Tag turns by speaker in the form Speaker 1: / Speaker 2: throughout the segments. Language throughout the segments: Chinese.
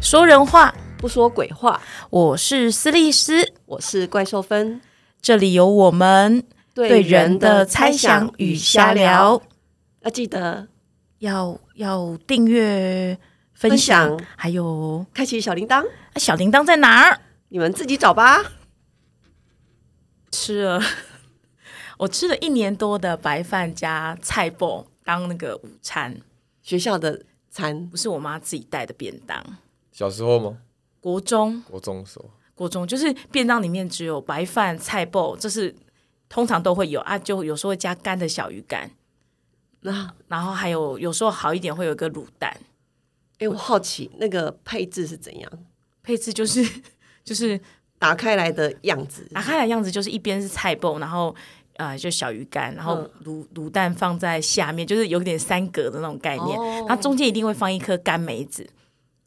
Speaker 1: 说人话，
Speaker 2: 不说鬼话。
Speaker 1: 我是斯利斯，
Speaker 2: 我是怪兽芬，
Speaker 1: 这里有我们对人的猜想与瞎聊。，
Speaker 2: 要记得
Speaker 1: 要要订阅、分
Speaker 2: 分
Speaker 1: 享，
Speaker 2: 享，
Speaker 1: 还有
Speaker 2: 开启小铃铛，
Speaker 1: 啊小铃铛在哪儿？
Speaker 2: 你们自己找吧。
Speaker 1: 吃了， 我吃了一年多的白饭加菜脯当那个午餐，
Speaker 2: 学校的餐
Speaker 1: 不是我妈自己带的便当。
Speaker 3: 小时候吗？
Speaker 1: 国中，
Speaker 3: 国中的时候，
Speaker 1: 国中就是便当里面只有白饭、菜脯，这是通常都会有啊，就有时候会加干的小鱼干，
Speaker 2: 那，
Speaker 1: 然后还有有时候好一点会有一个卤蛋。
Speaker 2: 哎，我好奇那个配置是怎样，
Speaker 1: 配置就是 就是
Speaker 2: 打开来的样子。
Speaker 1: 打开来的样子，就是一边是菜脯，然后呃就小鱼干，然后卤卤蛋放在下面，就是有点三格的那种概念。
Speaker 2: 哦
Speaker 1: 然后中间一定会放一颗干梅子，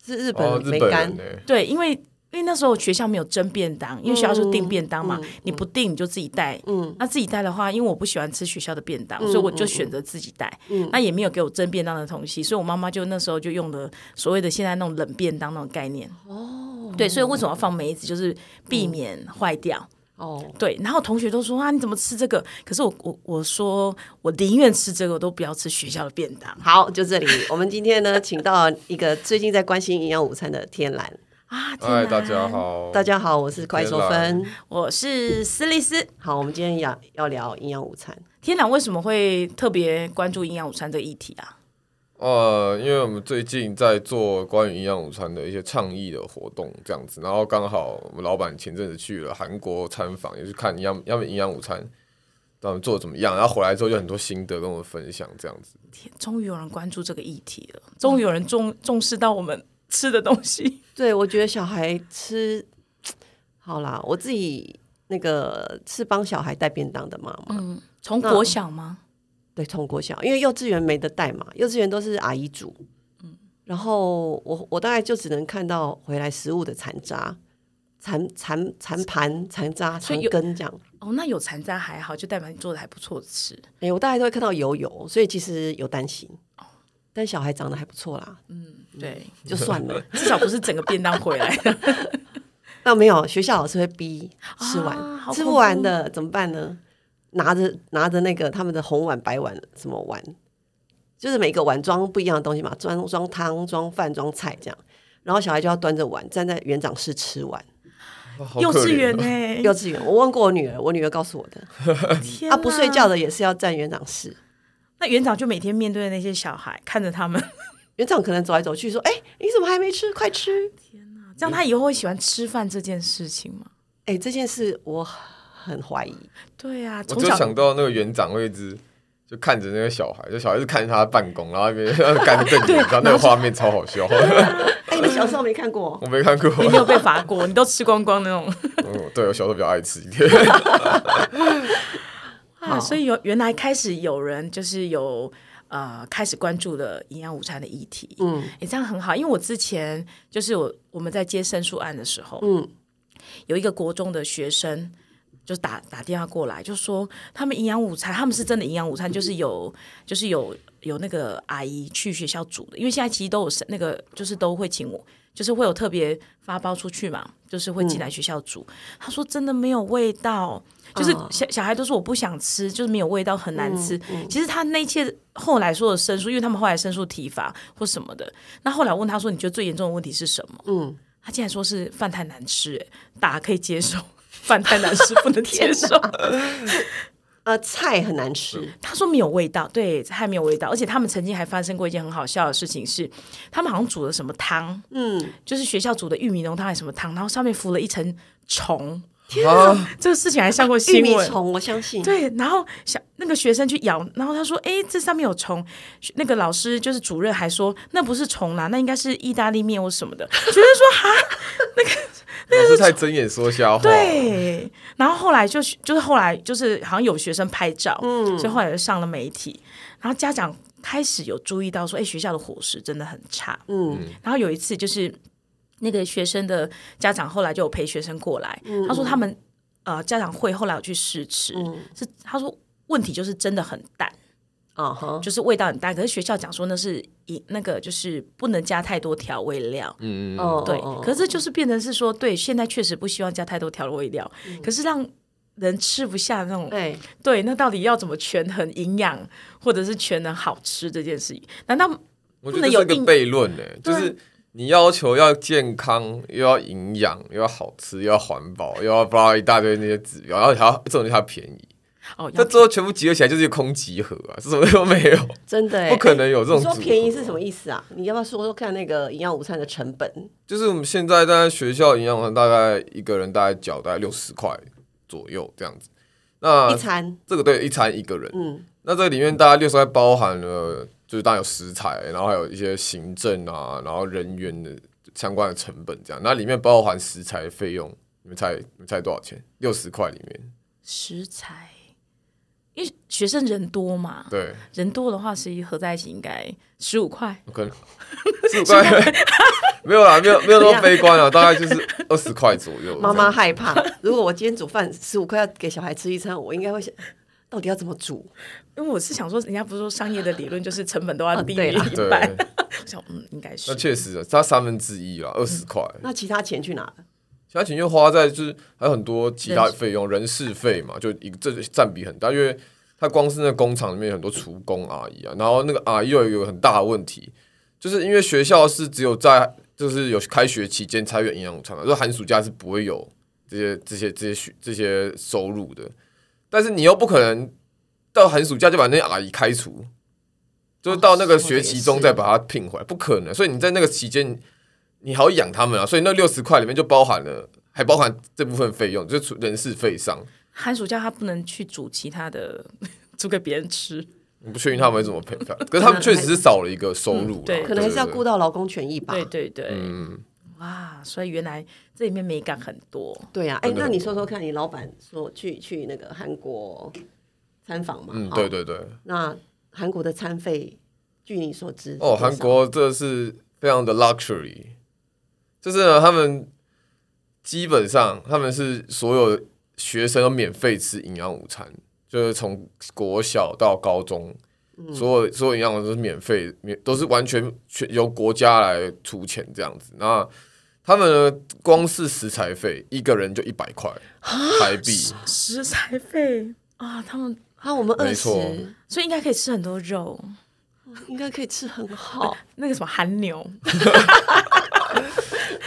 Speaker 2: 是日
Speaker 3: 哦，
Speaker 2: 本
Speaker 3: 日
Speaker 2: 梅
Speaker 3: 本
Speaker 2: 干
Speaker 3: 人，呢？
Speaker 1: 对，因为因为那时候学校没有蒸便当，因为学校就订便当嘛，你不订你就自己带。
Speaker 2: 嗯，
Speaker 1: 那自己带的话，因为我不喜欢吃学校的便当，所以我就选择自己带。
Speaker 2: 嗯
Speaker 1: 那也没有给我蒸便当的东西，所以我妈妈就那时候就用了所谓的现在那种冷便当那种概念。
Speaker 2: 哦嗯
Speaker 1: 对，所以为什么要放梅子，就是避免坏掉。
Speaker 2: 哦，
Speaker 1: 对，然后同学都说啊，你怎么吃这个？可是我我我说我宁愿吃这个，我都不要吃学校的便当
Speaker 2: 好，就 这里。我们今天呢，请到一个最近在关心营养午餐的天蓝。
Speaker 1: 啊！天
Speaker 3: 嗨，
Speaker 1: 哪
Speaker 3: 大家，好，
Speaker 2: 大家好，我是怪兽
Speaker 3: 天
Speaker 2: 芬。
Speaker 1: 我是斯丽斯。
Speaker 2: 好，我们今天要要聊营养午餐。
Speaker 1: 天哪，为什么会特别关注营养午餐这个议题啊？
Speaker 3: 呃，因为我们最近在做关于营养午餐的一些倡议的活动，这样子，然后刚好我们老板前阵子去了韩国参访，也是看营养他们营养午餐，他们做的怎么样，然后回来之后就很多心得跟我们分享，这样子。
Speaker 1: 天，终于有人关注这个议题了，终于有人重重视到我们吃的东西。
Speaker 2: 对，我觉得小孩吃好啦，我自己那个是帮小孩带便当的妈妈，
Speaker 1: 嗯，从国小吗？
Speaker 2: 对，从国小，因为幼稚园没得带嘛，幼稚园都是阿姨煮，
Speaker 1: 嗯
Speaker 2: 然后我我大概就只能看到回来食物的残渣、残残残盘、残渣、
Speaker 1: 所
Speaker 2: 残
Speaker 1: 以有
Speaker 2: 根这样。
Speaker 1: 哦，那有残渣还好，就代表你做的还不错吃。
Speaker 2: 哎、我大概都会看到油油，所以其实有担心，
Speaker 1: 哦
Speaker 2: 但小孩长得还不错啦，
Speaker 1: 嗯
Speaker 3: 嗯
Speaker 1: 对，。
Speaker 2: 就算了
Speaker 1: 至少不是整个便当回来的。
Speaker 2: 那没有，学校老师会逼吃完，
Speaker 1: 啊好
Speaker 2: 吃
Speaker 1: 恐
Speaker 2: 不完
Speaker 1: 怖
Speaker 2: 的怎么办呢？拿着拿着那个他们的红碗、白碗什么碗，就是每个碗装不一样的东西嘛，装装汤、装饭、装菜这样。然后小孩就要端着碗站在园长室吃完。
Speaker 3: 哇 好
Speaker 1: 幼
Speaker 3: 可
Speaker 1: 稚
Speaker 3: 怜
Speaker 1: 园
Speaker 3: 哦
Speaker 1: 呢、
Speaker 2: 幼稚园，我问过我女儿，我女儿告诉我的，
Speaker 1: 哎
Speaker 2: 啊
Speaker 1: 天
Speaker 3: 啊
Speaker 2: 她不睡
Speaker 1: 哪
Speaker 2: 觉的也是要站园长室。
Speaker 1: 那园长就每天面对那些小孩，看着他 们，
Speaker 2: 园长可能走来走去说：“哎、你怎么还没吃？快吃
Speaker 1: 这样他以后会喜欢吃饭这件事情吗？！”
Speaker 2: 哎、这件事我很怀疑。
Speaker 1: 对啊，
Speaker 3: 我
Speaker 1: 从
Speaker 3: 就
Speaker 1: 小
Speaker 3: 想到那个园长会一直就看着那个小孩，就小孩是看着他办公，然后一边干瞪眼，然后那个画面超好笑，
Speaker 2: 哎、你小时候没看过？
Speaker 3: 我没看过。
Speaker 1: 你没有被罚过，你都吃光光那种。
Speaker 3: 嗯，对我小时候比较爱吃一点。
Speaker 1: 啊、所以有原来开始有人就是有呃开始关注了营养午餐的议题，嗯，也、这样很好，因为我之前就是我我们在接申诉案的时候，
Speaker 2: 嗯，
Speaker 1: 有一个国中的学生。就打打电话过来，就说他们营养午餐，他们是真的营养午餐，就是有就是有有那个阿姨去学校煮的，因为现在其实都有那个就是都会请我，就是会有特别发包出去嘛，就是会进来学校煮。他说真的没有味道，就是
Speaker 2: 嗯
Speaker 1: 小小孩都说我不想吃，就是没有味道，很难吃。其实他那一切后来说的申诉，因为他们后来申诉体罚或什么的，那后来我问他说你觉得最严重的问题是什么？
Speaker 2: 嗯，
Speaker 1: 他竟然说是饭太难吃、欸，打可以接受，饭太难吃不能接受。
Speaker 2: 呃，菜很难吃。
Speaker 1: 他说没有味道，对，还没有味道。而且他们曾经还发生过一件很好笑的事情是，他们好像煮了什么汤，
Speaker 2: 嗯，
Speaker 1: 就是学校煮的玉米浓汤还是什么汤，然后上面浮了一层虫。
Speaker 3: 啊，
Speaker 1: 这个事情还上过
Speaker 2: 玉
Speaker 1: 新
Speaker 2: 米
Speaker 1: 闻。
Speaker 2: 虫，我相信。
Speaker 1: 对，然后小那个学生去咬，然后他说：“哎，这上面有虫。”那个老师就是主任还说：“那不是虫啦，那应该是意大利面或什么的。”学生说：“哈，
Speaker 3: 老师太睁眼说瞎话。，
Speaker 1: 对。”然后后来就就是后来就是好像有学生拍照，所以后来就上了媒体，然后家长开始有注意到说：“哎，学校的伙食真的很差。”
Speaker 2: 嗯，
Speaker 1: 然后有一次就是那个学生的家长后来就有陪学生过来，他说他们呃家长会后来有去试吃，是他说问题就是真的很淡，
Speaker 2: 啊哈，
Speaker 1: 就是味道很淡。可是学校讲说那是一那个就是不能加太多调味料，
Speaker 3: 嗯嗯嗯，
Speaker 2: 哦，
Speaker 1: 对
Speaker 2: 哦。
Speaker 1: 可是这就是变成是说，对，现在确实不希望加太多调味料，可是让人吃不下那种
Speaker 2: 哎，
Speaker 1: 嗯对，那到底要怎么权衡营养，或者是权衡好吃这件事情？难道不
Speaker 3: 我觉得
Speaker 1: 能
Speaker 3: 这
Speaker 1: 有
Speaker 3: 是个
Speaker 1: 硬
Speaker 3: 悖论呢、就
Speaker 1: 对啊
Speaker 3: 是你要求要健康，又要营养，又要好吃，又要环保，又要巴拉一大堆那些指标，然后还要这种东西还要便宜，
Speaker 1: 哦，
Speaker 3: 那
Speaker 1: 要
Speaker 3: 最后全部集合起来就是一个空集合啊，是什么都没有，
Speaker 2: 真的哎，
Speaker 3: 不可能有这种
Speaker 2: 你说
Speaker 3: 组合
Speaker 2: 便宜是什么意思啊？你要不要说说看那个营养午餐的成本？
Speaker 3: 就是我们现在在学校营养餐大概一个人大概缴大概六十块左右这样子，那
Speaker 2: 一餐，
Speaker 3: 这个对一餐一个人，
Speaker 2: 嗯，
Speaker 3: 那这里面大概六十块包含了，就是当然有食材，然后还有一些行政啊，然后人员的相关的成本这样。那里面包含食材费用，你们猜你们猜多少钱？六十块里面，
Speaker 1: 食材，因为学生人多嘛，
Speaker 3: 对，
Speaker 1: 人多的话，其实合在一起应该十五块。
Speaker 3: 可能十五块 没有啦，没有没有那么悲 观啊，大概就是二十块左右。
Speaker 2: 妈妈，害怕。如果我今天煮饭十五块要给小孩吃一餐，我应该会想，到底要怎么煮？
Speaker 1: 因为我是想说，人家不是说商业的理论就是成本都要低于
Speaker 2: 对啦
Speaker 1: 一
Speaker 3: 对，
Speaker 1: 半，嗯 我想嗯，应该
Speaker 3: 那
Speaker 1: 是
Speaker 3: 确实啊，它三分之一啦，二十块，
Speaker 2: 那其他钱去哪了？
Speaker 3: 其他钱就花在就是还有很多其他
Speaker 1: 人事
Speaker 3: 费用，人事费嘛，就一个这占比很大，因为他光是那工厂里面有很多厨工阿姨啊，然后那个阿姨又有一个很大的问题，就是因为学校是只有在就是有开学期间才有营养午餐嘛，就寒暑假是不会有这些这些这些学这些收入的，但是你又不可能到寒暑假就把那些阿姨开除。就是到那个
Speaker 1: 哦说得
Speaker 3: 学
Speaker 1: 也
Speaker 3: 期中
Speaker 1: 是
Speaker 3: 再把它聘回来，不可能。所以你在那个期间，你还要养他们啊，所以那六十块里面就包含了，还包含这部分费用，就是除人事费上。
Speaker 1: 寒暑假他不能去煮其他的， 煮给别人吃。
Speaker 3: 我不确定他们会怎么配饭，可是他们确实是少了一个收入啦、
Speaker 1: 嗯对
Speaker 2: 可能还是要顾
Speaker 3: 到。
Speaker 2: 到劳工权益吧。
Speaker 1: 对对对，
Speaker 3: 嗯，
Speaker 1: 哇，所以原来这里面美感很多。
Speaker 2: 对呀、啊，哎、
Speaker 3: 真的
Speaker 2: 那
Speaker 3: 很
Speaker 2: 你
Speaker 3: 多
Speaker 2: 说说看，你老板说去去那个韩国参访嘛？
Speaker 3: 嗯，
Speaker 2: 哈
Speaker 3: 对。对对。
Speaker 2: 那韩国的餐费，据你所知是多
Speaker 3: 哦，
Speaker 2: 少
Speaker 3: 韩国这是非常的 luxury，就是呢，他们基本上他们是所有学生都免费吃营养午餐，就是从国小到高中，所有所有营养午餐都是免费，免都是完全全由国家来出钱这样子。那他们呢，光是食材费一个人就一百块台币，
Speaker 1: 食材费啊，他们
Speaker 2: 啊，我们二
Speaker 3: 没
Speaker 2: 十
Speaker 3: 错
Speaker 1: 所以应该可以吃很多肉，
Speaker 2: 应该可以吃很
Speaker 3: 哎
Speaker 2: 好。
Speaker 1: 那个什么韩牛，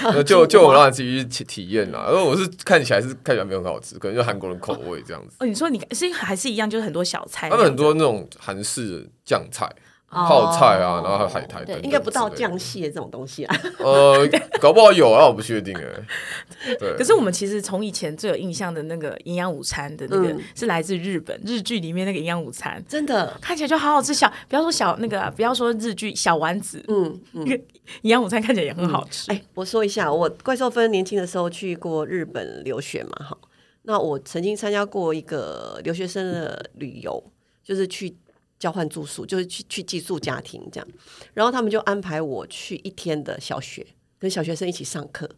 Speaker 3: 那就就我让他自己去体体验啦。因为我是看起来是看起来没有很好吃，可能就韩国人口味这样子。
Speaker 1: 哦，你说你是还是一样，就是很多小菜，
Speaker 2: 呃
Speaker 3: 他们很多那种韩式酱菜、
Speaker 2: 哦
Speaker 3: 泡菜啊，然后还有海苔等等之类的，
Speaker 2: 应该不到酱蟹这种东西啊，
Speaker 3: 呃，搞不好有啊，我不确定哎。对，
Speaker 1: 可是我们其实从以前最有印象的那个营养午餐的那个，
Speaker 2: 嗯
Speaker 1: 是来自日本日剧里面那个营养午餐，
Speaker 2: 真的。
Speaker 1: 看起来就好好吃小，不要说小那个啊、不要说日剧小丸子，
Speaker 2: 嗯，
Speaker 1: 那个 营养午餐看起来也很好吃。
Speaker 2: 哎、我说一下，我怪兽芬年轻的时候去过日本留学嘛，哈。那我曾经参加过一个留学生的旅游，就是去交换住宿，就是去去寄宿家庭这样。然后他们就安排我去一天的小学，跟小学生一起上课。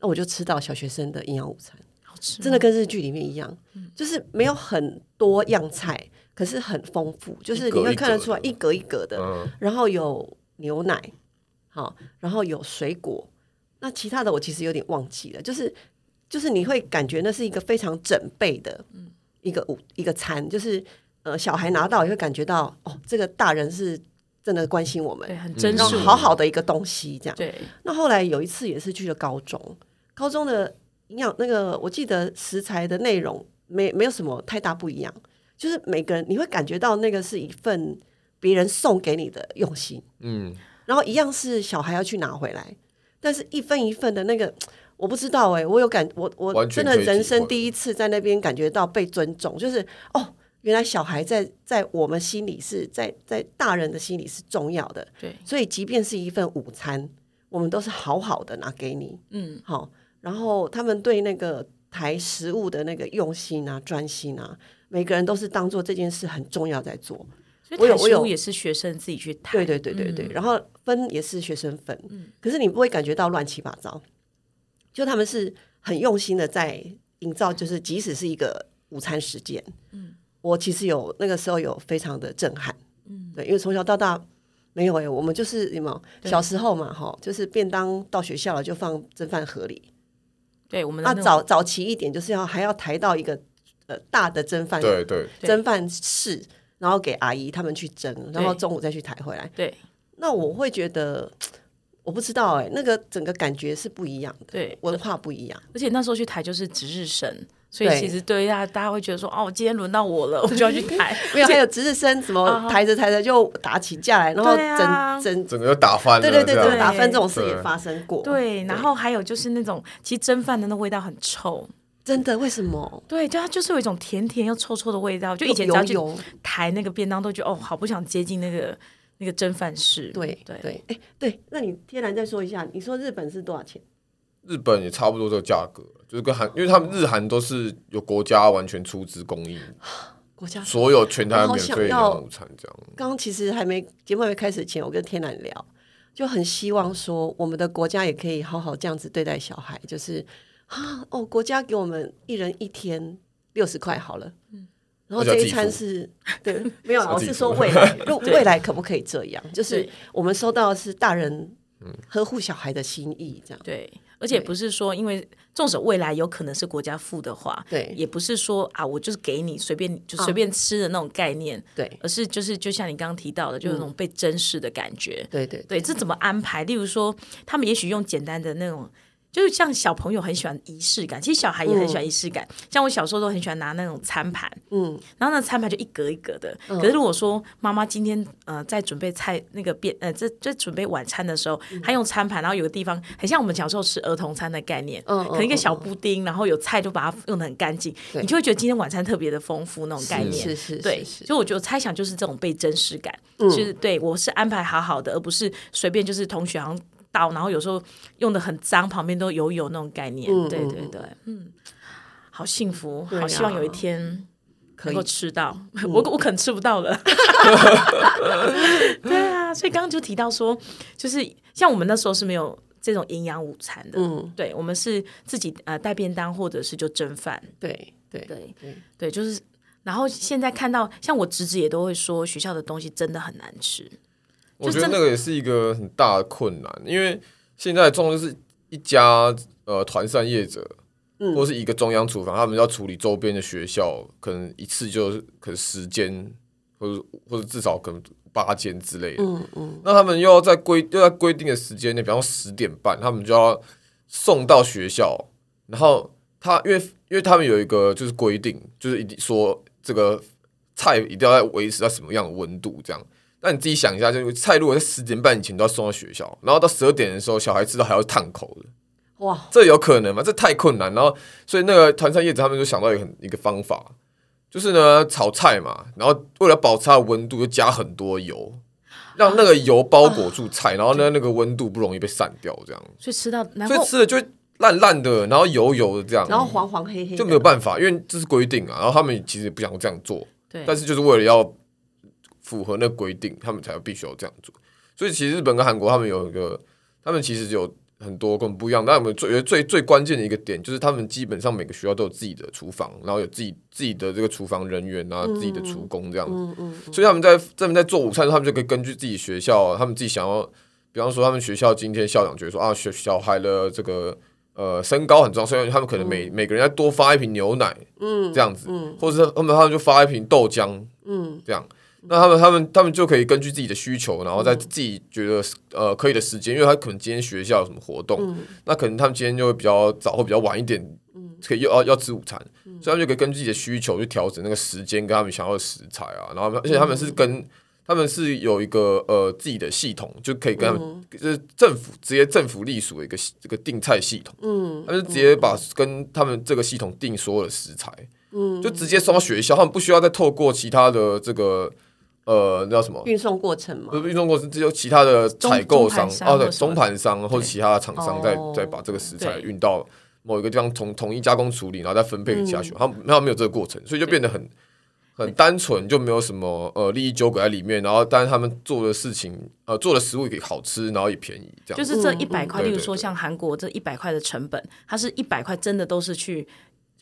Speaker 2: 那我就吃到小学生的营养午餐，
Speaker 1: 好吃吗
Speaker 2: 真的跟日剧里面一样，就是没有很多样菜，可是很丰富，就是你会看得出来
Speaker 3: 一
Speaker 2: 一格一格的，
Speaker 3: 嗯，
Speaker 2: 然后有牛奶，好，然后有水果。那其他的我其实有点忘记了，就是就是你会感觉那是一个非常整备的一个午一个餐，就是呃小孩拿到也会感觉到哦，这个大人是真的关心我们
Speaker 1: 对，，很真
Speaker 3: 嗯
Speaker 2: 然
Speaker 1: 实
Speaker 2: 后
Speaker 3: 是，
Speaker 2: 好好的一个东西这样。
Speaker 1: 对，
Speaker 2: 那后来有一次也是去了高中，高中的营养那个，我记得食材的内容没没有什么太大不一样，就是每个人你会感觉到那个是一份别人送给你的用心，
Speaker 3: 嗯，
Speaker 2: 然后一样是小孩要去拿回来，但是一份一份的那个。我不知道哎、我有感，我我
Speaker 3: 完全
Speaker 2: 真
Speaker 3: 可以
Speaker 2: 的人
Speaker 3: 体
Speaker 2: 生
Speaker 3: 会
Speaker 2: 第一次在那边感觉到被尊重，就是哦，原来小孩在在我们心里是在在大人的心里是重要的，
Speaker 1: 对，
Speaker 2: 所以即便是一份午餐，我们都是好好的拿给你，
Speaker 1: 嗯，
Speaker 2: 好。然后他们对那个台食物的那个用心啊、专心啊，每个人都是当做这件事很重要在做。
Speaker 1: 所以
Speaker 2: 我有
Speaker 1: 台
Speaker 2: 我
Speaker 1: 食
Speaker 2: 有
Speaker 1: 物也是学生自己去谈，
Speaker 2: 对对对对
Speaker 1: 嗯
Speaker 2: 对。然后分也是学生分，可是你不会感觉到乱七八糟，就他们是很用心的在营造，
Speaker 1: 嗯
Speaker 2: 就是即使是一个午餐时间，我其实有那个时候有非常的震撼，
Speaker 1: 嗯
Speaker 2: 对，因为从小到大没有哎、我们就是什么小时候嘛哈，就是便当到学校了就放蒸饭盒里，
Speaker 1: 对我们的
Speaker 2: 那
Speaker 1: 那种
Speaker 2: 啊早早期一点就是要还要抬到一个呃大的蒸饭
Speaker 3: 对对，
Speaker 1: 对
Speaker 2: 蒸饭室，然后给阿姨他们去蒸，然后
Speaker 1: 对
Speaker 2: 中午再去抬回来。
Speaker 1: 对
Speaker 2: 那我会觉得，我不知道哎、那个整个感觉是不一样的，
Speaker 1: 对，
Speaker 2: 文化不一样。
Speaker 1: 而且那时候去抬就是值日生，所以
Speaker 2: 对
Speaker 1: 其实对大家大家会觉得说，哦，今天轮到我了，我就要去抬。
Speaker 2: 没有，还有值日生什么
Speaker 1: 啊
Speaker 2: 抬着抬着就打起架来，然后
Speaker 1: 对
Speaker 2: 整、
Speaker 1: 啊
Speaker 2: 整
Speaker 3: 整个就打翻了，
Speaker 2: 对对对，
Speaker 3: 这
Speaker 2: 整
Speaker 3: 样
Speaker 2: 个打翻这种事
Speaker 3: 对
Speaker 2: 也发生过。
Speaker 1: 对，然后还有就是那种，其实蒸饭的那味道很臭，
Speaker 2: 真的为什么？
Speaker 1: 对，啊就它就是有一种甜甜又臭臭的味道。就以前只
Speaker 2: 油
Speaker 1: 要去
Speaker 2: 油
Speaker 1: 抬那个便当，都觉得哦，好不想接近那个那个蒸饭室。
Speaker 2: 对
Speaker 1: 对
Speaker 2: 对，哎对，那你天然再说一下，你说日本是多少钱？
Speaker 3: 日本也差不多这个价格，就是跟韩，因为他们日韩都是有国家完全出资供应，
Speaker 2: 国家
Speaker 3: 所有全台
Speaker 2: 啊我
Speaker 3: 湾
Speaker 2: 好
Speaker 3: 免
Speaker 2: 想
Speaker 3: 费营
Speaker 2: 要
Speaker 3: 养午餐这样。
Speaker 2: 刚刚其实还没节目还没开始前，我跟天然聊，就很希望说我们的国家也可以好好这样子对待小孩，就是啊哦，国家给我们一人一天六十块好了，
Speaker 3: 嗯
Speaker 2: 然后这一餐是对 没有啦，我
Speaker 3: 要自
Speaker 2: 是
Speaker 3: 己付
Speaker 2: 说未 来，如未来可不可以这样？就是
Speaker 1: 对
Speaker 2: 我们收到的是大人
Speaker 3: 嗯
Speaker 2: 呵护小孩的心意，这样
Speaker 1: 对，而且
Speaker 2: 对
Speaker 1: 不是说，因为纵使未来有可能是国家付的话，
Speaker 2: 对啊
Speaker 1: 也不是说啊，我就是给你随便就随便吃的那种概念，
Speaker 2: 对嗯
Speaker 1: 而是就是就像你刚刚提到的，就有那种被珍视的感觉。
Speaker 2: 对对
Speaker 1: 对，这怎么安排？例如说，他们也许用简单的那种，就是像小朋友很喜欢仪式感，其实小孩也很喜欢仪式感。像我小时候都很喜欢拿那种餐盘，
Speaker 2: 嗯，
Speaker 1: 然后那餐盘就一格一格的。可是如果说妈妈今天呃在准备菜那个便呃在在准备晚餐的时候，
Speaker 2: 嗯
Speaker 1: 她用餐盘，然后有个地方很像我们小时候吃儿童餐的概念，
Speaker 2: 嗯嗯
Speaker 1: 可能一个小布丁，然后有菜就把它用的很干净，你就会觉得今天晚餐特别的丰富那种概念。
Speaker 2: 是是
Speaker 1: 对，
Speaker 2: 是是，嗯
Speaker 1: 所以我就猜想就是这种被真实感，就是对我是安排好好的，而不是随便就是同学好像到，然后有时候用的很脏，旁边都油油那种概念。对对对，嗯，好幸福，
Speaker 2: 对啊
Speaker 1: 好希望有一天
Speaker 2: 可
Speaker 1: 能
Speaker 2: 以
Speaker 1: 够吃到，我我可能吃不到 了。对啊，所以刚刚就提到说，就是像我们那时候是没有这种营养午餐的，
Speaker 2: 嗯
Speaker 1: 对我们是自己呃带便当或者是就蒸饭，
Speaker 2: 对对
Speaker 1: 对
Speaker 2: 对
Speaker 1: 对，就是。然后现在看到，像我侄子也都会说，学校的东西真的很难吃。
Speaker 3: 我觉
Speaker 1: 真
Speaker 3: 得
Speaker 1: 的
Speaker 3: 那个也是一个很大的困难，因为现在的状况就是一家呃团扇业者，
Speaker 2: 嗯
Speaker 3: 或是一个中央厨房，他们要处理周边的学校，可能一次就是可能十间，或者或者至少可能八间之类的。
Speaker 2: 嗯嗯
Speaker 3: 那他们又要在规又在规定的时间内，比方十点半，他们就要送到学校。然后他因为因为他们有一个就是规定，就是一定说这个菜一定要在维持在什么样的温度这样。那你自己想一下，就是菜如果在十点半以前都要送到学校，然后到十二点的时候，小孩吃到还要烫口的，
Speaker 2: 哇
Speaker 3: 这有可能吗？这太困难。然后，所以那个团扇叶子他们就想到一个很一个方法，就是呢炒菜嘛，然后为了保持它的温度，就加很多油，
Speaker 2: 啊
Speaker 3: 让那个油包裹住菜，然后呢那个温度不容易被散掉，这样，
Speaker 1: 所以吃到，然
Speaker 3: 所以
Speaker 1: 后
Speaker 3: 吃的就会烂烂的，然后油油的这样，
Speaker 2: 然后黄黄黑黑的
Speaker 3: 就没有办法，因为这是规定啊。然后他们其实也不想这样做，
Speaker 1: 对，
Speaker 3: 但是就是为了要符合那规定，他们才必须要这样做。所以其实日本跟韩国他们有一个，他们其实有很多跟我们不一样。那我们最有最最关键的一个点就是，他们基本上每个学校都有自己的厨房，然后有自己自己的这个厨房人员啊，自己的厨工这样子。
Speaker 2: 嗯嗯
Speaker 3: 所以他们在他们在做午餐的时候，他们就可以根据自己学校，他们自己想要，比方说他们学校今天校长觉得说啊，学小孩的这个呃身高很重要，所以他们可能
Speaker 2: 嗯
Speaker 3: 每、每个人要多发一瓶牛奶，嗯，这样子，或者是他们他们就发一瓶豆浆，
Speaker 2: 嗯
Speaker 3: 这样。那他们他们他们就可以根据自己的需求，然后在自己觉得呃可以的时间，因为他可能今天学校有什么活动，
Speaker 2: 嗯
Speaker 3: 那可能他们今天就会比较早或比较晚一点，可以要要要吃午餐，
Speaker 2: 嗯
Speaker 3: 所以他们就可以根据自己的需求去调整那个时间跟他们想要的食材啊，
Speaker 2: 嗯
Speaker 3: 然后他们而且他们是跟他们是有一个呃自己的系统，就可以跟他们就是政府直接政府隶属的一个系这个订菜系统，
Speaker 2: 嗯
Speaker 3: 他们就直接把跟他们这个系统订所有的食材，
Speaker 2: 嗯，
Speaker 3: 就直接送到学校，他们不需要再透过其他的这个呃那叫什么？
Speaker 2: 运送过程嘛
Speaker 3: 不，是运送公司，只有其他的采购商
Speaker 1: 中中盘商或者什么
Speaker 3: 哦，对，中盘商或者其他的厂商再
Speaker 2: 哦
Speaker 3: 再把这个食材
Speaker 1: 对
Speaker 3: 运到某一个地方，统统一加工处理，然后再分配
Speaker 1: 嗯
Speaker 3: 给其他学校。他们他们没有这个过程，所以就变得很很单纯，就没有什么呃利益纠葛在里面。然后，但是他们做的事情，呃，做的食物也好吃，然后也便宜，这样
Speaker 1: 就是这一百块，
Speaker 3: 嗯
Speaker 1: 例
Speaker 3: 对
Speaker 1: 如
Speaker 3: 对
Speaker 1: 说
Speaker 3: 对
Speaker 1: 像韩国这一百块的成本，它是一百块真的都是去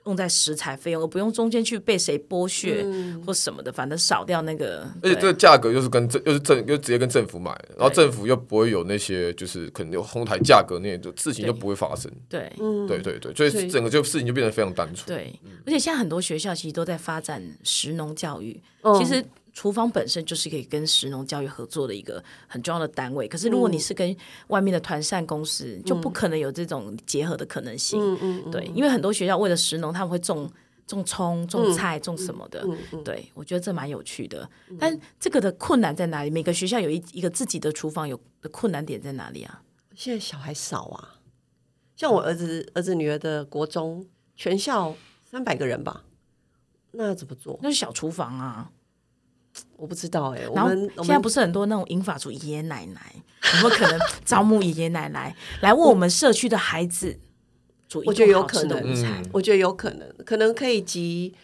Speaker 1: 用在食材费用，而不用中间去被谁剥削或什么的，反正少掉那个。
Speaker 3: 而
Speaker 1: 对
Speaker 3: 且这个价格又是跟政又是政又直接跟政府买的，然后政府又不会有那些就是可能有哄抬价格那些就事情就不会发生。
Speaker 1: 对
Speaker 3: 对对对，所以整个就事情就变得非常单纯。
Speaker 1: 对，而且现在很多学校其实都在发展食农教育。
Speaker 2: 嗯
Speaker 1: 其实厨房本身就是可以跟食农教育合作的一个很重要的单位。可是如果你是跟外面的团膳公司，就不可能有这种结合的可能性。嗯嗯嗯，对，因为很多学校为了食农，他们会种。种葱、种菜、种什么的，对我觉得这蛮有趣的。但这个的困难在哪里？每个学校有一一个自己的厨房，有的困难点在哪里啊？
Speaker 2: 现在小孩少啊，像我儿子、儿子、女儿的国中，全校三百个人吧，那要怎么做？
Speaker 1: 那是小厨房啊。
Speaker 2: 我不知道哎、我
Speaker 1: 然后
Speaker 2: 们我
Speaker 1: 现在
Speaker 2: 们
Speaker 1: 不是很多那种英法族爷爷奶奶，有没有可 能招募爷爷奶奶来为我们社区的孩子煮一
Speaker 2: 我觉得
Speaker 1: 顿
Speaker 2: 有
Speaker 1: 好吃的
Speaker 2: 可
Speaker 1: 午
Speaker 2: 能嗯
Speaker 1: 餐？
Speaker 2: 我觉得有可能，可能可以集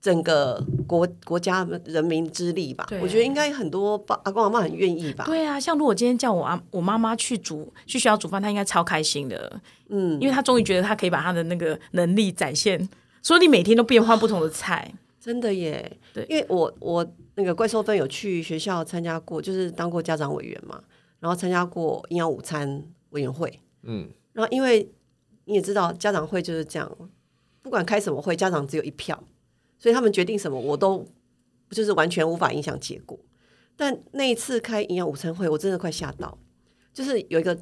Speaker 2: 整个国国家人民之力吧
Speaker 1: 对。
Speaker 2: 我觉得应该很多爸阿公阿妈很愿意吧。
Speaker 1: 对啊，像如果今天叫我阿我妈妈去煮去学校煮饭，她应该超开心的，嗯，因为她终于觉得她可以把她的那个能力展现，所以你每天都变换不同的菜，
Speaker 2: 真的耶，
Speaker 1: 对
Speaker 2: 因为我我那个怪兽芬有去学校参加过，就是当过家长委员嘛，然后参加过营养午餐委员会，
Speaker 3: 嗯，
Speaker 2: 然后因为你也知道家长会就是这样，不管开什么会，家长只有一票，所以他们决定什么我都就是完全无法影响结果。但那一次开营养午餐会，我真的快吓到，就是有一个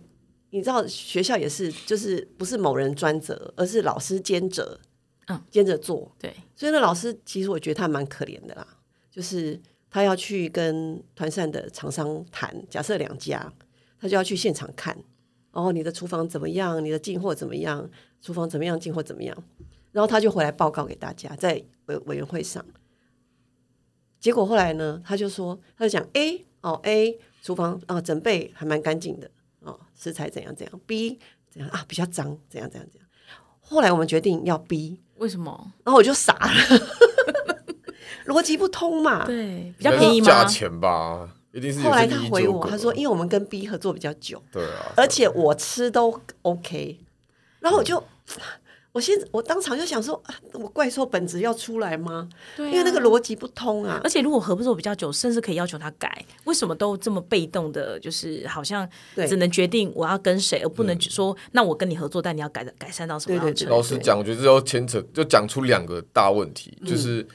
Speaker 2: 你知道学校也是，就是不是某人专责，而是老师兼责，
Speaker 1: 嗯，
Speaker 2: 兼着做，
Speaker 1: 对，
Speaker 2: 所以那老师其实我觉得他蛮可怜的啦，就是他要去跟团扇的厂商谈，假设两家，他就要去现场看，哦，你的厨房怎么样，你的进货怎么样，厨房怎么样，进货怎么样，然后他就回来报告给大家，在委委员会上。结果后来呢，他就说，他就讲 A 哦 A 厨房啊、整备还蛮干净的哦，食材怎样怎样，B 怎样啊比较脏，怎样怎样怎样。后来我们决定要 B，
Speaker 1: 为什么？
Speaker 2: 然后我就傻了， 逻辑不通嘛。
Speaker 1: 对，啊比较
Speaker 3: 但是
Speaker 1: 便宜吗
Speaker 3: 价？钱吧，一定是有
Speaker 2: 后来
Speaker 3: 些
Speaker 2: 他
Speaker 3: 利益
Speaker 2: 回
Speaker 3: 纠
Speaker 2: 我，
Speaker 3: 葛
Speaker 2: 他说因为我们跟 B 合作比较久，
Speaker 3: 啊对啊，
Speaker 2: 而且我吃都 OK，然
Speaker 3: 嗯
Speaker 2: 后我就。我现我当场就想说，啊、我怪兽本质要出来吗？
Speaker 1: 对啊
Speaker 2: 因为那个逻辑不通啊
Speaker 1: 而。且如果合作比较久，甚至可以要求他改。为什么都这么被动的？就是好像
Speaker 2: 对
Speaker 1: 只能决定我要跟谁，而不能说、那我跟你合作，但你要改改善到什么样的
Speaker 2: 对
Speaker 1: 程
Speaker 3: 老
Speaker 1: 度？
Speaker 3: 实讲，我觉得这要牵扯，就讲出两个大问题，
Speaker 2: 嗯
Speaker 3: 就是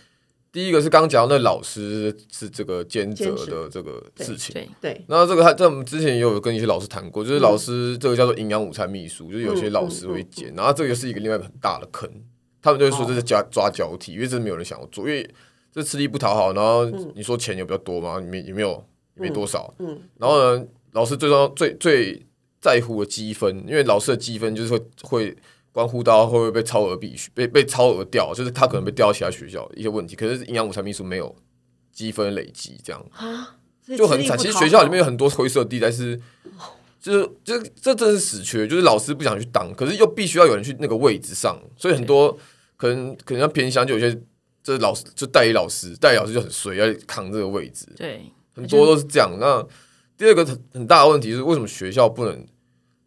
Speaker 3: 第一个是刚刚讲到那老师是这个兼责
Speaker 2: 兼职
Speaker 3: 的这个事情，
Speaker 1: 对
Speaker 2: 对，
Speaker 3: 那这个他在我们之前也有跟一些老师谈过，就是老师这个叫做营养午餐秘书，就是有些老师会接，然后这个又是一个另外一个很大的坑，他们就会说这是抓抓交替，因为这没有人想要做，因为这吃力不讨好，然后你说钱有比较多吗？没也没有也没多少，然后呢，老师最重要最最在乎的积分，因为老师的积分就是会会。关乎到会不会被超额必须被被超额掉，就是他可能被调到其他学校一些问题，可是营养午餐秘书没有积分累积这样，
Speaker 2: 所以
Speaker 3: 就
Speaker 2: 吃
Speaker 3: 很
Speaker 2: 力
Speaker 3: 惨。
Speaker 2: 不
Speaker 3: 其实
Speaker 2: 讨
Speaker 3: 学校
Speaker 2: 好
Speaker 3: 里面有很多灰色地 带是，就是这这真是死缺，就是老师不想去当，可是又必须要有人去那个位置上，所以很多可能可能像偏乡就有些这老师就代理老师，代理老师就很衰，要扛这个位置，
Speaker 1: 对
Speaker 3: 很多都是这样。那第二个很很大的问题是，为什么学校不能？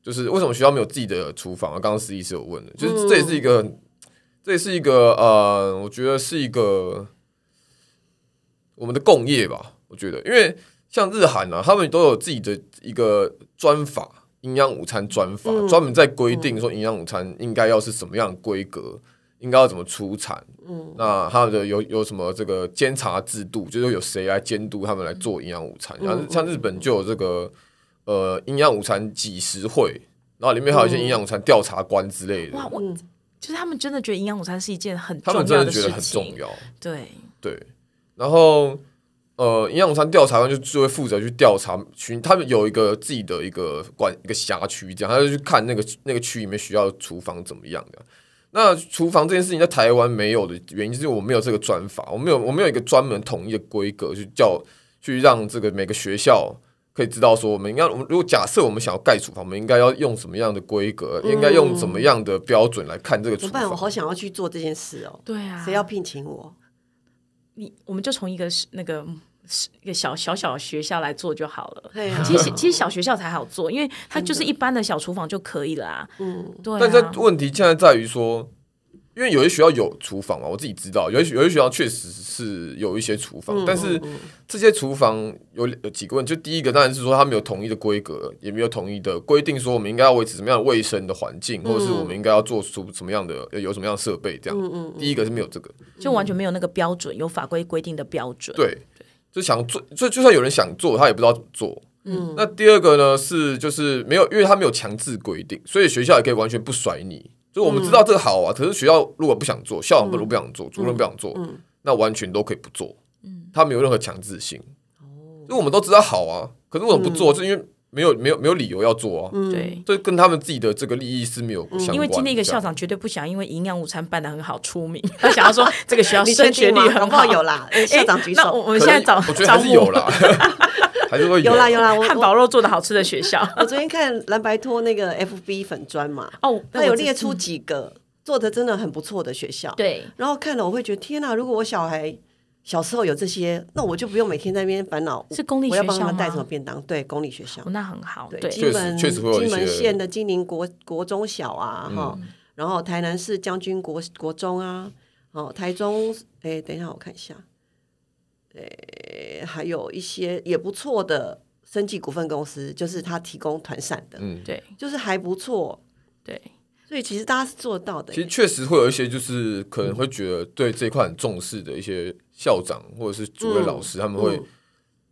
Speaker 3: 就是为什么学校没有自己的厨房啊？刚刚司仪是有问的，就是这也是一
Speaker 2: 嗯
Speaker 3: 个，这也是一个呃，我觉得是一个我们的共业吧。我觉得，因为像日韩啊，他们都有自己的一个专法，营养午餐专法，
Speaker 1: 嗯
Speaker 3: 专、门在规定说营养午餐应该要是什么样的规格，应该要怎么出产。嗯，那他们的有有什么这个监察制度，就是有谁来监督他们来做营养午
Speaker 1: 嗯
Speaker 3: 餐？像、像日本就有这个呃营养午餐几十会，然后里面还有一些营养午餐调查官之类
Speaker 1: 嗯
Speaker 3: 的，
Speaker 1: 哇，我就是他们真的觉得营养午餐是一件很
Speaker 3: 嗯他
Speaker 1: 重
Speaker 3: 们
Speaker 1: 要
Speaker 3: 真的
Speaker 1: 的
Speaker 3: 觉
Speaker 1: 事
Speaker 3: 得很
Speaker 1: 情，
Speaker 3: 重要。
Speaker 1: 对
Speaker 3: 对，然后呃，营养午餐调查官就就会负责去调查群，他们有一个自己的一个管一个辖区，这样他就去看那个那个区里面需要的厨房怎么样的。那厨房这件事情在台湾没有的原因，就是我没有这个专法，我没有我没有一个专门统一的规格去叫去让这个每个学校可以知道说，我们应该我们如果假设我们想要盖厨房，我们应该要用什么样的规格，应该用怎么样的标准来看这个
Speaker 2: 怎么
Speaker 3: 厨
Speaker 2: 办？我
Speaker 3: 房。
Speaker 2: 好想要去做这件事哦，
Speaker 1: 对啊，
Speaker 2: 谁要聘请我？
Speaker 1: 你我们就从一个是那个。是一个小小小的学校来做就好了。
Speaker 2: 对啊
Speaker 1: 其实其实小学校才好做，因为它就是一般的小厨房就可以了啊。嗯，对啊。
Speaker 3: 但这问题现在在于说，因为有些学校有厨房嘛，我自己知道，有些有些学校确实是有一些厨房，
Speaker 1: 嗯
Speaker 3: 但是这些厨房有有几个问题，就第一个当然是说它没有统一的规格，也没有统一的规定说我们应该要维持什么样的卫生的环境，或者
Speaker 1: 嗯
Speaker 3: 是我们应该要做出什么样的有什么样的设备这样。第一个是没有这个，
Speaker 1: 就完全没有那个标准，有法规规定的标准。
Speaker 3: 对，就想做，就就算有人想做，他也不知道怎么做。嗯，那第二个呢是就是没有，因为他没有强制规定，所以学校也可以完全不甩你。就是我们知道这个好
Speaker 1: 嗯
Speaker 3: 啊，可是学校如果不想做，校长如果不想做，主任不想做，
Speaker 1: 嗯
Speaker 3: 那完全都可以不做。嗯，他没有任何强制性。哦，就我们都知道好啊，可是为什么不
Speaker 1: 嗯
Speaker 3: 做？是因为没有没有没有理由要做啊。
Speaker 1: 对，
Speaker 3: 这跟他们自己的这个利益是没有相关的。
Speaker 1: 嗯因为今天一个校
Speaker 3: 这样
Speaker 1: 长绝对不想因为营养午餐办的很好出名， 他想要说这个学校
Speaker 2: 你
Speaker 1: 升
Speaker 2: 确
Speaker 1: 啊学
Speaker 2: 定
Speaker 1: 率
Speaker 2: 吗？搞
Speaker 1: 很
Speaker 2: 不好
Speaker 1: 好。
Speaker 2: 有啦，哎
Speaker 1: 哎
Speaker 2: 校长举
Speaker 1: 那我
Speaker 2: 手。
Speaker 1: 我们现在找，
Speaker 3: 可能我觉得还是 有啦， 还是会
Speaker 2: 有啦有啦，我
Speaker 1: 汉
Speaker 2: 我
Speaker 1: 堡肉做的好吃的学 校。
Speaker 2: 我昨天看蓝白托那个 FB 粉砖嘛，
Speaker 1: 哦，
Speaker 2: 他有列出几个做的真的很不错的学校。
Speaker 1: 对，
Speaker 2: 然后看了我会觉得天哪！如果我小孩小时候有这些，那我就不用每天在那边烦恼。
Speaker 1: 是公立
Speaker 2: 我要
Speaker 1: 学
Speaker 2: 帮他
Speaker 1: 校
Speaker 2: 们带什
Speaker 1: 吗
Speaker 2: 么便当？对，公立学校
Speaker 1: 哦。那很好。对，
Speaker 2: 金
Speaker 3: 确实
Speaker 2: 门
Speaker 3: 确实会有一
Speaker 2: 金门
Speaker 3: 些嗯
Speaker 2: 县的金陵国国中小啊，哈、然后台南市将军国国中啊，哦，台中，哎，等一下我看一下，哎，还有一些也不错的生技股份公司，就是它提供团扇的，
Speaker 3: 嗯，
Speaker 1: 对
Speaker 2: 就是还不错，
Speaker 1: 对，
Speaker 2: 所以其实大家是做得到的
Speaker 3: 其。实确实会有一些，就是可能会觉得对这一块很重视的一些校长或者是
Speaker 1: 嗯
Speaker 3: 主任老师，他们会、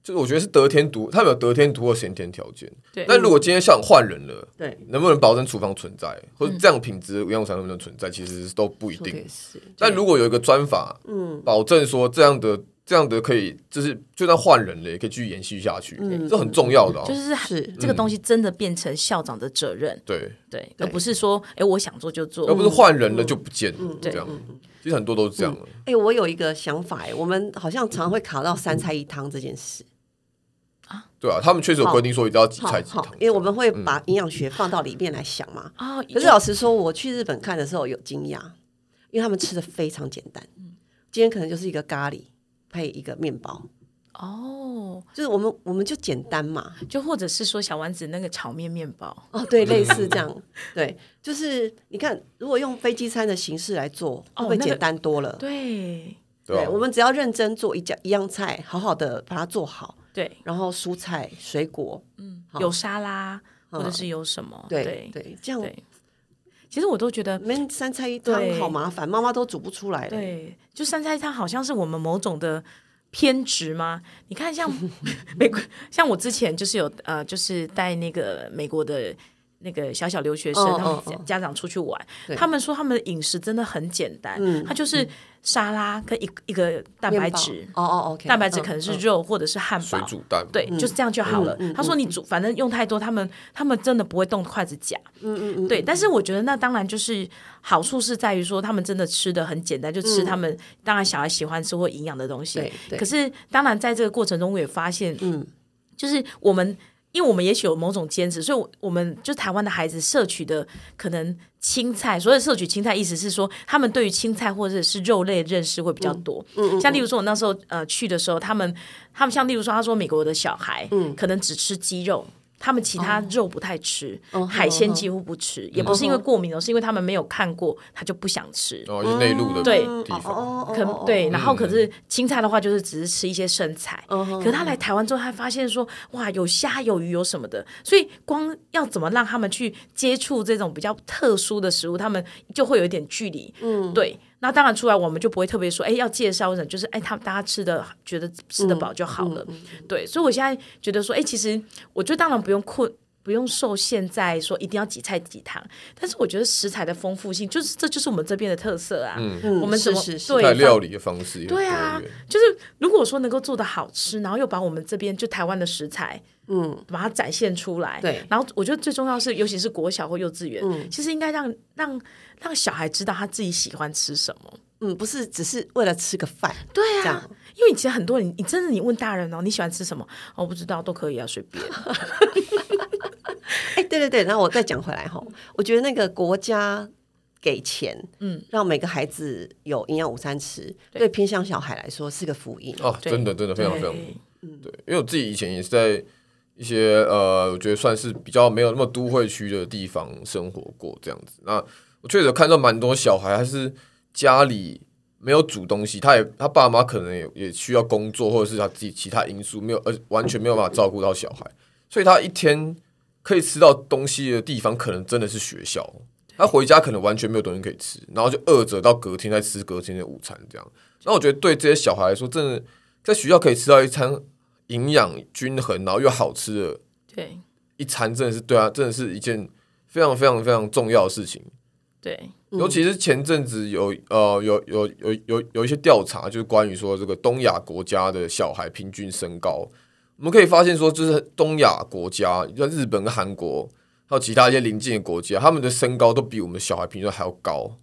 Speaker 3: 就是我觉得是得天独，他们有得天独厚先天条件。
Speaker 1: 对
Speaker 3: 但如果今天校长换人了，
Speaker 2: 对，
Speaker 3: 能不能保证厨房存在，或
Speaker 1: 嗯
Speaker 3: 者这样品质的营养午餐能不能存在，其实都不一
Speaker 2: 说的
Speaker 3: 定
Speaker 2: 也。是。
Speaker 3: 但如果有一个专法，嗯，保证说这样的这样的可以，就是就算换人了也可以继续延续下去，这很重要的、哦。
Speaker 1: 嗯就是
Speaker 2: 是嗯
Speaker 1: 这个东西真的变成校长的责任，
Speaker 3: 对，
Speaker 1: 对，而不是说哎我想做就做
Speaker 3: 而。不是换人了就不见了，
Speaker 1: 嗯对
Speaker 3: 这样。其实很多都是这样的。
Speaker 2: 哎、我有一个想法，哎，我们好像常会卡到三菜一汤这件事。
Speaker 3: 对啊，他们确实有规定说一定要几
Speaker 2: 好
Speaker 3: 菜几汤嗯
Speaker 2: 好，，因为我们会把营养学放到里面来想嘛。
Speaker 1: 啊，
Speaker 2: 可是老实说，我去日本看的时候有惊讶，因为他们吃的非常简单。今天可能就是一个咖喱配一个面包，
Speaker 1: 哦，
Speaker 2: 就是我们我们就简单嘛。
Speaker 1: 就或者是说小丸子那个炒面面包，
Speaker 2: 哦，对，类似这样， 对，就是你看，如果用飞机餐的形式来做，会不会
Speaker 1: 那个
Speaker 2: 简单多了？
Speaker 1: 对
Speaker 3: 对啊
Speaker 2: 对，我们只要认真做一家一样菜，好好的把它做好，
Speaker 1: 对，
Speaker 2: 然后蔬菜、水果，好嗯
Speaker 1: 有沙拉或者是有什么，
Speaker 2: 对
Speaker 1: 对
Speaker 2: 对，这样
Speaker 1: 对，其实我都觉得
Speaker 2: 我们三菜一汤
Speaker 1: 对
Speaker 2: 好麻烦，妈妈都煮不出来了。
Speaker 1: 对，就三菜一汤好像是我们某种的偏执吗？你看 像美国，像我之前就是有呃，就是带那个美国的。那个小小留学生，
Speaker 2: 哦
Speaker 1: 他们
Speaker 2: 哦
Speaker 1: 家
Speaker 2: 哦
Speaker 1: 家长出去玩，
Speaker 2: 对嗯
Speaker 1: 他们说他们的饮食真的很简单，他就是沙拉跟一一个蛋白
Speaker 2: 面包
Speaker 1: 质，
Speaker 2: 哦哦，OK，
Speaker 1: 蛋白质可能是
Speaker 2: 嗯嗯
Speaker 1: 肉或者是汉
Speaker 3: 啊水
Speaker 1: 堡，
Speaker 3: 煮蛋，嗯
Speaker 1: 对，，就是这样就好了。他说你煮，反正用太多，他们他们真的不会动筷子夹。嗯嗯嗯。对，但是我觉得那当然就是好处是在于说，他们真的吃的很简单，就吃他们、当然小孩喜欢吃或营养的东西
Speaker 2: 对。对
Speaker 1: 可是当然在这个过程中，我也发现，嗯，就是我们。因为我们也许有某种坚持，所以我我们就台湾的孩子摄取的可能青菜，所谓摄取青菜，意思是说他们对于青菜或者是肉类的认识会比较多。嗯像例如说，我那时候呃去的时候，他们他们像例如说，他说美国的小孩，可能只吃鸡肉。他们其他肉不太吃，海鲜几乎不吃，也不是因为过敏哦，是因为他们没有看过，他就不想吃。
Speaker 3: 然后一些内陆的
Speaker 1: 对
Speaker 3: 地方，
Speaker 2: 嗯哦，
Speaker 1: 可
Speaker 2: 哦哦
Speaker 1: 对，然后可是青菜的话，就是只是吃一些剩菜。
Speaker 2: 嗯
Speaker 1: 可是他来台湾之后，他发现说，哇，有虾、有鱼、有什么的，所以光要怎么让他们去接触这种比较特殊的食物，他们就会有一点距离。嗯，对。那当然，出来我们就不会特别说，哎，要介绍人，就是哎，他们大家吃的觉得吃得
Speaker 2: 嗯
Speaker 1: 饱就好了。对，所以我现在觉得说，哎，其实我觉得当然不用困。不用受限在说一定要几菜几汤，但是我觉得食材的丰富性，就是这就是我们这边的特色啊。
Speaker 2: 嗯
Speaker 1: 我们怎么
Speaker 2: 是是是
Speaker 1: 对
Speaker 3: 在
Speaker 1: 放
Speaker 3: 料理的方式也很多
Speaker 1: 对啊
Speaker 3: 元，
Speaker 1: 就是如果说能够做的好吃，然后又把我们这边就台湾的食材，嗯，把它展现出来，
Speaker 2: 对嗯
Speaker 1: 然后我觉得最重要是，尤其是国小或幼稚园，其实应该让让让小孩知道他自己喜欢吃什么。
Speaker 2: 嗯，不是只是为了吃个饭，
Speaker 1: 对
Speaker 2: 这
Speaker 1: 啊
Speaker 2: 样，
Speaker 1: 因为其实很多人，你真的你问大人哦，你喜欢吃什么？哦，不知道都可以啊，随便。
Speaker 2: 哎、对对对，然后我再讲回来哈，我觉得那个国家给钱，嗯，让每个孩子有营养午餐吃，对偏向小孩来说是个福音。
Speaker 3: 哦，
Speaker 1: 对
Speaker 3: 真的真的非常非常
Speaker 1: 对
Speaker 3: 对，因为我自己以前也是在一些呃，我觉得算是比较没有那么都会区的地方生活过这样子。那我确实有看到蛮多小孩，他是家里没有煮东西，他也他爸妈可能也也需要工作，或者是他自己其他因素没有，而完全没有办法照顾到小孩，所以他一天可以吃到东西的地方，可能真的是学校。他回家可能完全没有东西可以吃，然后就饿着到隔天再吃隔天的午餐这样。那我觉得对这些小孩来说，真的在学校可以吃到一餐营养均衡，然后又好吃的
Speaker 1: 对
Speaker 3: 一餐，真的是对啊，真的是一件非常非常非常重要的事情。
Speaker 1: 对，
Speaker 3: 尤其是前阵子有呃有有有有有一些调查，就是关于说这个东亚国家的小孩平均身高，我们可以发现说，就是东亚国家，像日本跟韩国，还有其他一些邻近的国家，他们的身高都比我们的小孩平均还要高，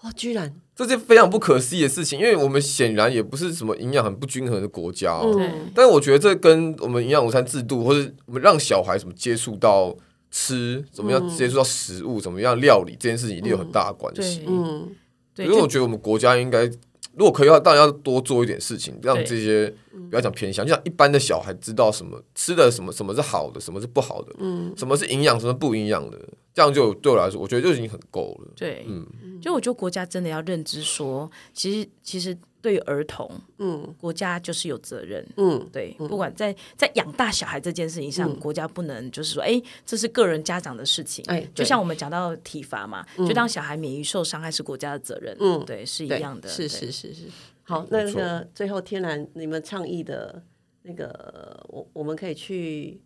Speaker 2: 哦，居然
Speaker 3: 这是非常不可思议的事情，因为我们显然也不是什么营养很不均衡的国家、哦，
Speaker 1: 对
Speaker 2: 嗯
Speaker 3: 但我觉得这跟我们营养午餐制度，或者我们让小孩怎么接触到吃，怎么样接触到食物，怎么样料理这件事情，一定有很大的关系。
Speaker 1: 对
Speaker 2: 嗯，
Speaker 1: 对，
Speaker 3: 因为我
Speaker 1: 就
Speaker 3: 觉得我们国家应该，如果可以的话，当然要多做一点事情，让
Speaker 1: 对
Speaker 3: 这些不要讲偏向，就像一般的小孩知道什么吃的什么什么是好的，什么是不好的，什么是营养，什么不营养的，这样就对我来说，我觉得就已经很够了。
Speaker 1: 对，
Speaker 3: 嗯
Speaker 1: 就我觉得国家真的要认知说，其实其实对于儿童，
Speaker 2: 嗯，
Speaker 1: 国家就是有责任。
Speaker 2: 嗯，
Speaker 1: 对，不管在在养大小孩这件事情上，国家不能就是说，哎，这是个人家长的事情。
Speaker 2: 哎对嗯
Speaker 1: 就像我们讲到体罚嘛，就当小孩免于受伤害是国家的责任。嗯，对，是一
Speaker 2: 对
Speaker 1: 样的。
Speaker 2: 是
Speaker 1: 对
Speaker 2: 是是是。好，那
Speaker 3: 没
Speaker 2: 那
Speaker 3: 错
Speaker 2: 个最后天然你们倡议的那个，我我们可以去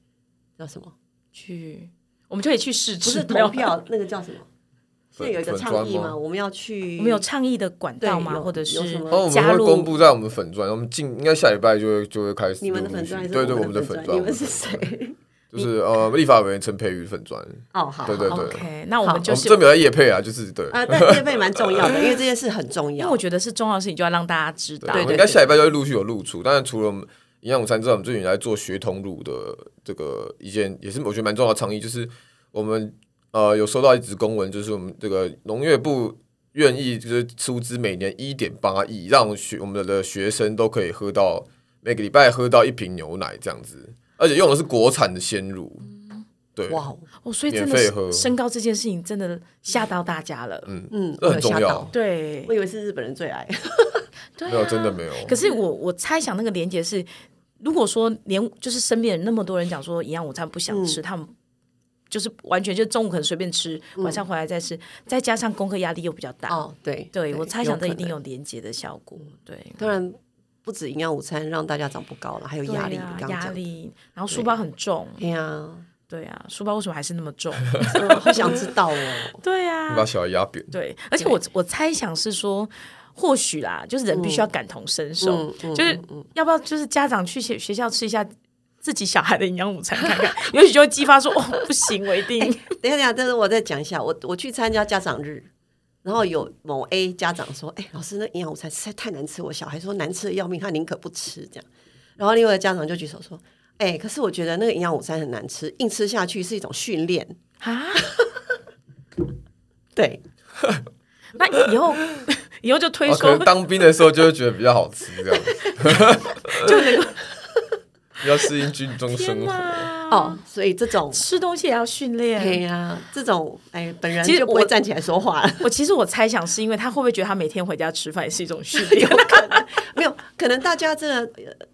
Speaker 2: 叫什么？
Speaker 1: 去，我们就可以去试
Speaker 2: 不
Speaker 1: 吃，
Speaker 2: 是
Speaker 1: 没有
Speaker 2: 投票，那个叫什么？现在有一个
Speaker 3: 粉
Speaker 2: 倡议
Speaker 3: 砖
Speaker 2: 嘛，？我们要去，
Speaker 1: 哦我们有倡议的管道
Speaker 2: 对
Speaker 1: 吗？
Speaker 2: 有
Speaker 1: 或者
Speaker 2: 有什
Speaker 1: 是
Speaker 2: 么
Speaker 3: 哦，我们
Speaker 1: 加
Speaker 3: 会
Speaker 1: 入
Speaker 3: 公布在我们粉砖，我们近应该下礼拜就会就会开始
Speaker 2: 你们的
Speaker 3: 陆陆
Speaker 2: 粉
Speaker 3: 续
Speaker 2: 砖还是
Speaker 3: 对对，我
Speaker 2: 们
Speaker 3: 们的
Speaker 2: 粉
Speaker 3: 粉砖，
Speaker 2: 你们是
Speaker 3: 我的粉砖
Speaker 2: 谁？
Speaker 3: 就是呃，立法委员陈培宇粉砖，
Speaker 2: 哦，好，
Speaker 3: 对对
Speaker 2: 好
Speaker 3: 对
Speaker 1: OK，那我们就
Speaker 3: 我
Speaker 1: 是
Speaker 3: 们这没有在叶配啊，就是对，
Speaker 2: 啊，但这份蛮重要 的，因为这件事很重
Speaker 1: 因
Speaker 2: 要。
Speaker 1: 为我觉得是重要的事情，就要让大家知道。
Speaker 2: 对
Speaker 3: 我们应该下礼拜就会陆续有露出。但是除了我们营养午餐之外，我们最近也在做学童乳的这个一件，也是我觉得蛮重要的倡议，就是我们呃有收到一纸公文，就是我们这个农业部愿意就是出资每年一点八亿，让学我们的学生都可以喝到每个礼拜喝到一瓶牛奶这样子，而且用的是国产的鲜乳。对，
Speaker 2: 哇哦，
Speaker 1: 哦，所以
Speaker 3: 免
Speaker 1: 真的
Speaker 3: 费
Speaker 1: 是
Speaker 3: 喝
Speaker 1: 身高这件事情真的吓到大家了。
Speaker 2: 嗯，
Speaker 3: 这
Speaker 2: 我
Speaker 3: 很
Speaker 2: 有
Speaker 3: 重
Speaker 2: 吓
Speaker 3: 要
Speaker 2: 到，。
Speaker 1: 对
Speaker 2: 我，以为是日本人最爱，
Speaker 1: 对、啊，
Speaker 3: 没有，真的没有。
Speaker 1: 可是我我猜想那个连接是，如果说连就是身边人那么多人讲说营养午餐不想
Speaker 2: 嗯
Speaker 1: 吃，他们就是完全就中午可能随便吃，晚上回来再吃，再加上功课压力又比较大，
Speaker 2: 哦， 对，
Speaker 1: 对我猜想这一定
Speaker 2: 有嗯
Speaker 1: 有连接的效果。对，
Speaker 2: 可能。当然，不止营养午餐让大家长不高了，还有压力。
Speaker 1: 对啊
Speaker 2: 你刚刚
Speaker 1: 压
Speaker 2: 讲的，
Speaker 1: 力，然后书包很重，
Speaker 2: 哎呀，
Speaker 1: 对啊，书包为什么还是那么 重？
Speaker 2: 嗯好想知道哦。
Speaker 1: 对啊，
Speaker 3: 你把小孩压扁，
Speaker 1: 对，而且我我猜想是说，或许啦，就是人必须要感同身受，
Speaker 2: 嗯嗯
Speaker 1: 就是要不要就是家长去学学校吃一下自己小孩的营养午餐看看， 也许就会激发说，哦，不行，我一定
Speaker 2: 等一下，等一下，但是我再讲一下，我我去参加家长日，然后有某 A 家长说：“哎、老师，那营养午餐实在太难吃，我小孩说难吃的要命，他宁可不吃这样。”然后另外一个家长就举手说：“哎、可是我觉得那个营养午餐很难吃，硬吃下去是一种训练。
Speaker 1: 啊，”
Speaker 2: 对，
Speaker 1: 那以后 以后就推
Speaker 3: 啊，可
Speaker 1: 说
Speaker 3: 能，当兵的时候就会觉得比较好吃，这样
Speaker 1: 就能够
Speaker 3: 要适应军中生
Speaker 1: 天
Speaker 3: 活。
Speaker 1: 哪，
Speaker 2: 哦，所以这种，
Speaker 1: 吃东西也要训练。
Speaker 2: 哎呀，这种，哎，本人
Speaker 1: 其实
Speaker 2: 就不会
Speaker 1: 我
Speaker 2: 站起来说话了。
Speaker 1: 我其实我猜想是因为他会不会觉得他每天回家吃饭也是一种训练？
Speaker 2: 没有，可能大家这个、呃、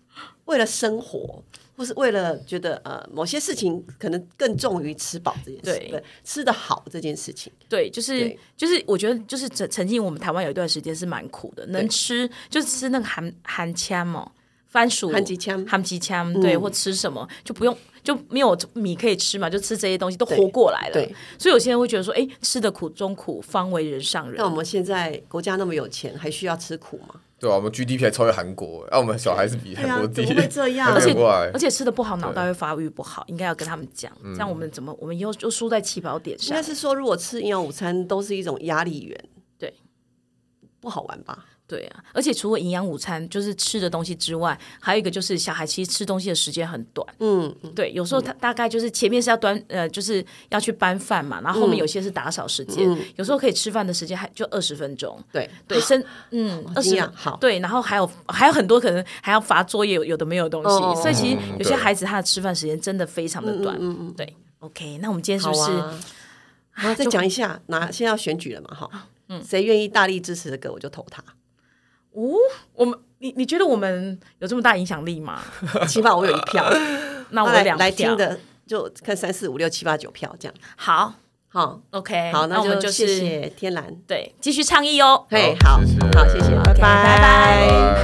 Speaker 2: 为了生活，或是为了觉得呃某些事情，可能更重于吃饱这件事，
Speaker 1: 对，
Speaker 2: 吃得好这件事情。
Speaker 1: 对，就是
Speaker 2: 对
Speaker 1: 就是，我觉得就是曾曾经我们台湾有一段时间是蛮苦的，能吃就是吃那个韩韩枪哦，番薯、
Speaker 2: 韩嗯吉枪
Speaker 1: 韩吉枪，对，或吃什么就不用就没有米可以吃嘛，就吃这些东西都活过来了。
Speaker 2: 对，
Speaker 1: 所以有些人会觉得说，哎，吃的苦中苦，方为人上人
Speaker 2: 那。我们现在国家那么有钱，还需要吃苦吗？
Speaker 3: 对啊，我们 GDP 还超越韩国，那、啊、我们小孩子比
Speaker 1: 哎
Speaker 3: 韩国低，
Speaker 2: 对啊怎么会这样
Speaker 3: 还
Speaker 1: 而
Speaker 3: 没
Speaker 1: 且
Speaker 3: 有 过来
Speaker 1: 而。且吃的不好，脑袋会发育不好，应该要跟他们讲，这样我们怎么我们以后就输在起跑点
Speaker 2: 应
Speaker 1: 上
Speaker 2: 该。是说，如果吃营养午餐都是一种压力源，
Speaker 1: 对，
Speaker 2: 不好玩吧？
Speaker 1: 对啊，而且除了营养午餐，就是吃的东西之外，还有一个就是小孩其实吃东西的时间很短。
Speaker 2: 嗯，
Speaker 1: 对，有时候他大概就是前面是要端呃，就是要去搬饭嘛，然后
Speaker 2: 嗯
Speaker 1: 后面有些是打扫时间，有时候可以吃饭的时间还就二十分钟。
Speaker 2: 对，
Speaker 1: 对，甚嗯
Speaker 2: 啊好
Speaker 1: 二
Speaker 2: 惊
Speaker 1: 十
Speaker 2: 讶好
Speaker 1: 对，然后还有还有很多可能还要罚作业，有有的没有的东西，
Speaker 2: 哦哦哦嗯
Speaker 1: 所以其实
Speaker 3: 嗯嗯
Speaker 1: 有些
Speaker 3: 对
Speaker 1: 孩子他的吃饭时间真的非常的短。对，OK，那我们今天是啊
Speaker 2: 好啊
Speaker 1: 不是？
Speaker 2: 啊。然后再讲一下，哪现在要选举了嘛？哈，
Speaker 1: 嗯
Speaker 2: 谁愿意大力支持这个，我就投他。
Speaker 1: 哦，我们你你觉得我们有这么大影响力 吗？
Speaker 2: 起码我有一 票，
Speaker 1: 那我
Speaker 2: 来
Speaker 1: 两
Speaker 2: 来
Speaker 1: 票
Speaker 2: 听的就看三四五六七八九票这样。
Speaker 1: 好
Speaker 2: 好，
Speaker 1: ，OK，
Speaker 2: 好，
Speaker 1: 那我们
Speaker 2: 就是谢谢天蓝。
Speaker 1: 对继续倡议哦。
Speaker 2: 嘿，好
Speaker 3: 谢谢
Speaker 2: 好，谢谢，拜
Speaker 1: OK，拜拜
Speaker 3: 拜。